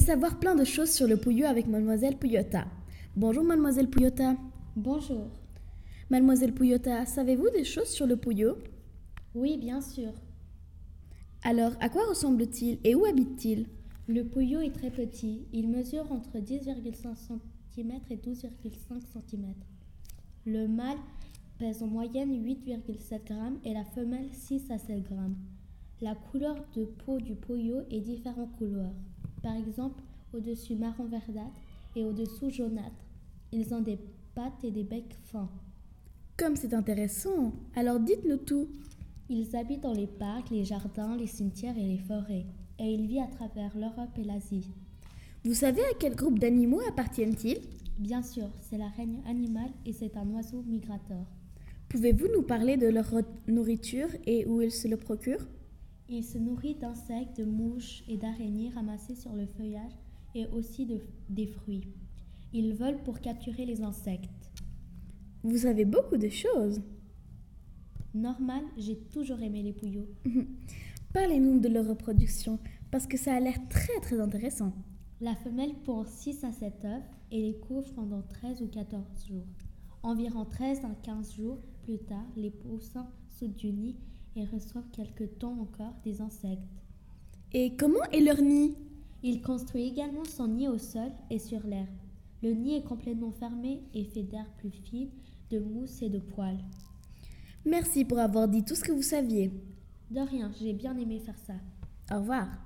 savoir plein de choses sur le Pouilleux avec Mademoiselle Pouillota. Bonjour Mademoiselle Pouillota. Bonjour. Mademoiselle Pouillota, savez-vous des choses sur le Pouilleux Oui, bien sûr. Alors, à quoi ressemble-t-il et où habite-t-il Le Pouillot est très petit. Il mesure entre 10,5 cm et 12,5 cm. Le mâle pèse en moyenne 8,7 g et la femelle 6 à 7 g. La couleur de peau du Pouillot est différentes couleurs. Par exemple, au-dessus marron verdâtre et au-dessous jaunâtre. Ils ont des pattes et des becs fins. Comme c'est intéressant Alors dites-nous tout Ils habitent dans les parcs, les jardins, les cimetières et les forêts. Et ils vivent à travers l'Europe et l'Asie. Vous savez à quel groupe d'animaux appartiennent-ils Bien sûr, c'est la reine animale et c'est un oiseau migrateur. Pouvez-vous nous parler de leur ro- nourriture et où ils se le procurent Il se nourrit d'insectes, de mouches et d'araignées ramassées sur le feuillage et aussi de, des fruits. Ils volent pour capturer les insectes. Vous savez beaucoup de choses Normal, j'ai toujours aimé les pouillots. Parlez-nous de leur reproduction, parce que ça a l'air très très intéressant. La femelle pond 6 à 7 œufs et les couve pendant 13 ou 14 jours. Environ 13 à 15 jours plus tard, les poussins sautent du nid et reçoivent quelques temps encore des insectes. Et comment est leur nid Il construit également son nid au sol et sur l'herbe. Le nid est complètement fermé et fait d'herbe plus fine, de mousse et de poils. Merci pour avoir dit tout ce que vous saviez. De rien, j'ai bien aimé faire ça. Au revoir.